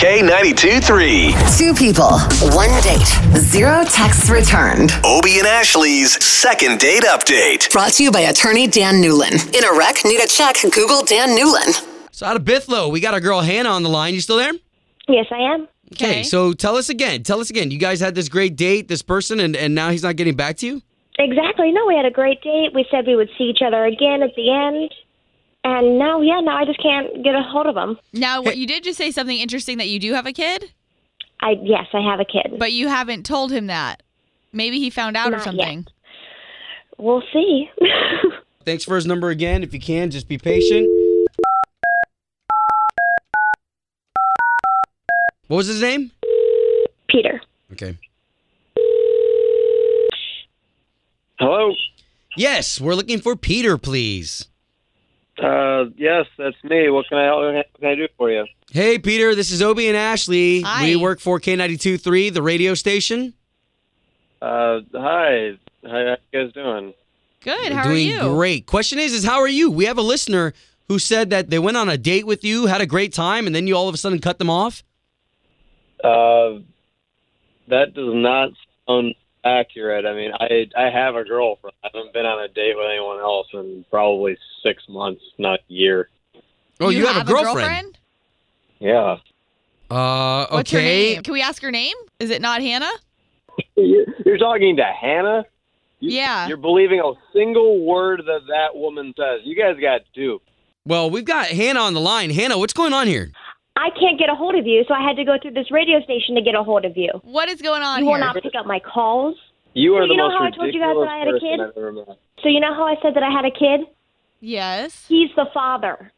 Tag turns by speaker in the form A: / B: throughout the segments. A: K92 3.
B: Two people, one date, zero texts returned.
A: Obie and Ashley's second date update.
B: Brought to you by attorney Dan Newlin. In a wreck, need a check, Google Dan Newlin.
C: So out of Bithlo, we got our girl Hannah on the line. You still there?
D: Yes, I am.
C: Okay. So tell us again. Tell us again. You guys had this great date, this person, and, and now he's not getting back to you?
D: Exactly. No, we had a great date. We said we would see each other again at the end. And now, yeah, now I just can't get a hold of him.
E: Now, what you did just say something interesting that you do have a kid,
D: I yes, I have a kid.
E: but you haven't told him that. Maybe he found out
D: Not
E: or
D: yet.
E: something.
D: we'll see.
C: Thanks for his number again. If you can, just be patient. What was his name?
D: Peter.
C: Okay.
F: Hello.
C: Yes, we're looking for Peter, please.
F: Uh, yes, that's me. What can I what can I do for you?
C: Hey, Peter, this is Obie and Ashley.
E: Hi.
C: We work for K92.3, the radio station.
F: Uh, hi. How you guys doing?
E: Good.
C: We're
E: How are
C: doing
E: you?
C: great. Question is, is how are you? We have a listener who said that they went on a date with you, had a great time, and then you all of a sudden cut them off.
F: Uh, that does not sound accurate. I mean, I I have a girlfriend. I haven't been on a date with anyone else in probably six months, not a year.
C: Oh, you, have, a girlfriend.
F: Yeah.
C: Uh, okay.
E: What's her name? Can we ask her name? Is it not Hannah?
F: You're, you're talking to Hannah. You-
E: Yeah.
F: You're believing a single word that that woman says. You guys got duped.
C: Well, we've got Hannah on the line. Hannah, what's going on here?
D: I can't get a hold of you, so I had to go through this radio station to get a hold of you.
E: What is going on
D: You
E: here?
D: will not pick up my calls.
F: You are
D: Well,
F: the
D: you know
F: most
D: how I told
F: ridiculous
D: you guys that I had a
F: person
D: kid?
F: I've ever met.
D: So you know how I said that I had a kid?
E: yes.
D: He's the father.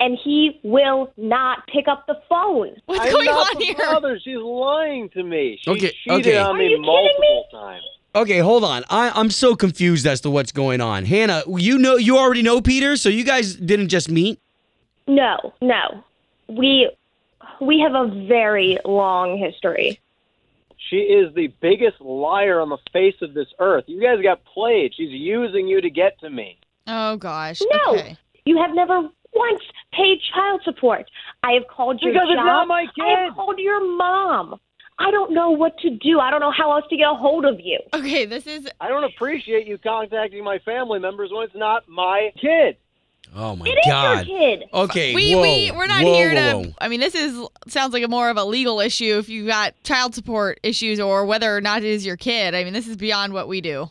D: And he will not pick up the phone.
E: What's
F: I'm
E: going
F: not
E: on
F: the
E: here?
F: Father, she's lying to me. She
C: Okay,
F: cheated
C: okay.
D: Are
F: on me
D: you kidding
F: multiple times.
C: Okay, hold on. I, I'm so confused as to what's going on. Hannah, you know, you already know Peter, so you guys didn't just meet.
D: No, no. We we have a very long history.
F: She is the biggest liar on the face of this earth. You guys got played. She's using you to get to me.
E: Oh gosh.
D: No.
E: Okay.
D: You have never once paid child support. I have called your
F: Because it's
D: job.
F: not my kid.
D: I have called your mom. I don't know what to do. I don't know how else to get a hold of you.
F: Oh,
E: Okay. This is.
F: I don't appreciate you contacting my family members when it's not my kid.
C: Oh my
D: It is
C: God.
D: your kid.
F: Oh.
C: Okay,
E: We
C: whoa,
E: we we're not
C: whoa,
E: here
C: whoa,
E: to.
C: whoa.
E: I mean, this is sounds like a more of a legal issue if you got child support issues or whether or not it is your kid. I mean, this is beyond what we do.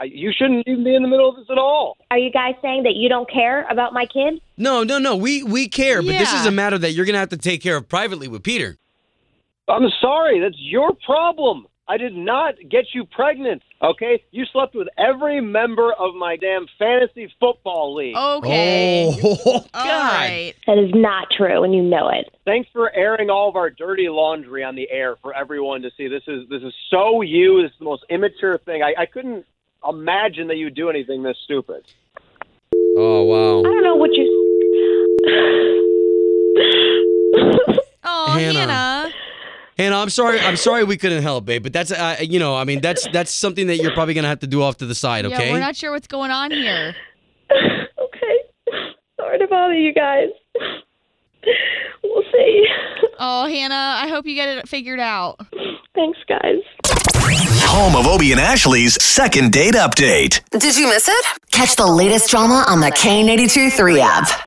F: I, you shouldn't even be in the middle of this at all.
D: Are you guys saying that you don't care about my kid?
C: No, no, no. We we care, but this is
E: Yeah.
C: a matter that you're gonna have to take care of privately with Peter.
F: I'm sorry. That's your problem. I did not get you pregnant, okay? You slept with every member of my damn fantasy football league.
E: Okay.
C: Oh
E: All
C: God.
E: right.
D: That is not true, and you know it.
F: Thanks for airing all of our dirty laundry on the air for everyone to see. This is this is so you. This is the most immature thing. I, I couldn't imagine that you'd do anything this stupid.
C: Oh wow.
D: I don't know what you.
E: Oh,
C: Hannah.
E: Hannah.
C: Hannah, I'm sorry. I'm sorry we couldn't help, babe. But that's uh, you know, I mean, that's that's something that you're probably gonna have to do off to the side. Okay.
E: Yeah, we're not sure what's going on here.
D: okay. Sorry to bother you guys. We'll see.
E: Oh, Hannah, I hope you get it figured out.
D: Thanks, guys.
A: Home of Obie and Ashley's second date update.
B: Did you miss it? Catch the latest drama on the K82 3 app.